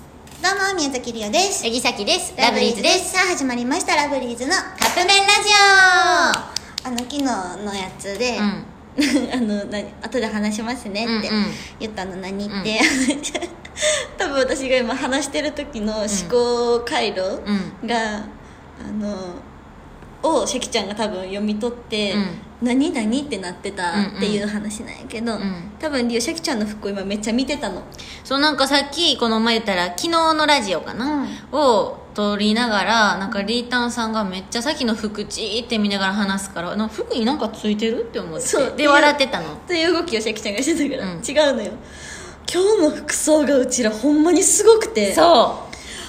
どうも、宮崎りおです。杉崎ですラブリーズです。さあ、始まりました、ラブリーズのカップ麺ラジあの、昨日のやつで、オう んあの、な後で話しますねってうんうん言ったの何って、 多分私が今話してる時の思考回路が、あの、を関ちゃんが多分読み取って、うん何何ってなってたっていう話なんやけど、うんうん多分りおシャキちゃんの服を今めっちゃ見てたのそうなんかさっきこの前言ったら昨日のラジオかな、を撮りながらなんかリータンさんがめっちゃさっきの服じーって見ながら話すからなんか服になんかついてるって思っそうてで笑ってたのという動きをシャキちゃんがしてたから、うん違うのよ今日の服装がうちらほんまにすごくてそ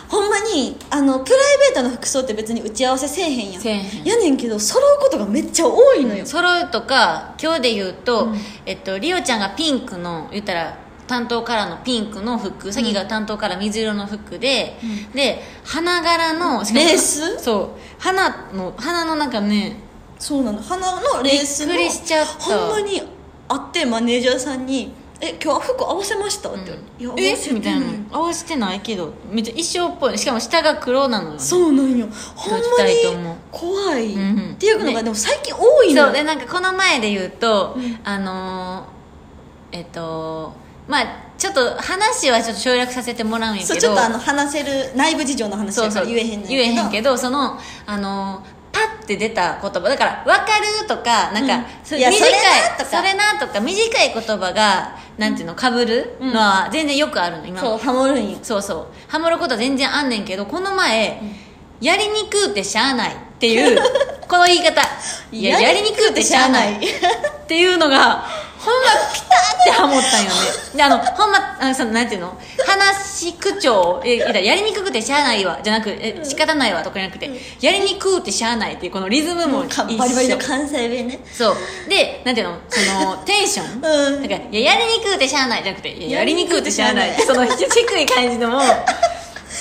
ほんまにあのプライベートの服装って別に打ち合わせせえへんやんせえへんやねんけど揃うことがめっちゃ多いのよう、揃うとか今日で言うと、えっとリオちゃんがピンクの言ったら担当カラーのピンクの服さっきが担当カラー水色の服で、で花柄のしかもレースそう花の花のなんかねそうなの花のレースのびっくりしちゃったほんまに会ってマネージャーさんに「え今日服合わせました?」って言われて「いや合わせえてみたいな合わせてないけどめっちゃ衣装っぽいしかも下が黒なのよそうなんよほんまに二人とも怖い、うんうんっていうのが、でも最近多いのそようでなんかこの前で言うと、うんあのーえっとまあちょっと話はちょっと省略させてもらうんやけどそうちょっとあの話せる内部事情の話そだうかそらう言えへんねん言えへんけどそのあのーパッて出た言葉だから「分かる」とかなんか、うんそういや短いそれれな」とか短い言葉がなんていうのかぶるのは全然よくあるの今までそうハモるんよそうそうハモることは全然あんねんけどこの前、やりにくうてしゃあないっていう この言い方いややりにくうてしゃあないっていうのがほんまピターってハモったんよねであのほんまあのそのなんていうの話し口調えいややりにくくてしゃあないわじゃなくえ仕方ないわとかじゃなくて、やりにくうてしゃあないっていうこのリズムも一か緒、バリバリの関西弁ねそうでなんていうのそ のテンション、うんなんかいややりにくうてしゃあないじゃなくていややりにくうてしゃあないやその低い感じのもう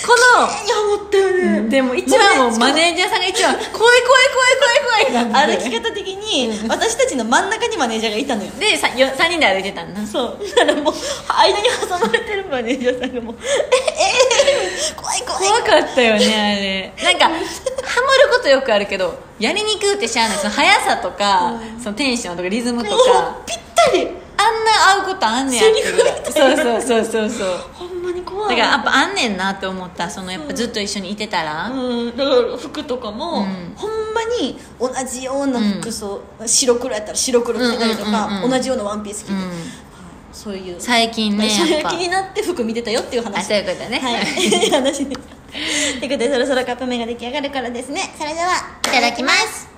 こいや思ったよね、のでも一番もうマネージャーさんが一番怖い怖い怖い怖い怖い歩ってき方的に私たちの真ん中にマネージャーがいたのよでさよ3人で歩いてたんだそうだからもう間に挟まれてるマネージャーさんが もう「えええ怖い怖い怖かったよ ねあれなんかハモることよくあるけどやりにくうてしゃあないその速さとか、そのテンションとかリズムともかうぴったりあんな合うことあんねやっていうセリフみたいなそうそうそうそうそうほんまに怖だいからやっぱあんねんなって思ったそのやっぱずっと一緒にいてたら、うん、だから服とかも、うんほんまに同じような服装、白黒やったら白黒着てたりとか、うんうんうんうん同じようなワンピース着て、うんそういう最近ねそやれっがぱ気になって服見てたよっていう話あそういうことだねはい 話ですということでそろそろカップ麺が出来上がるからですねそれではいただきます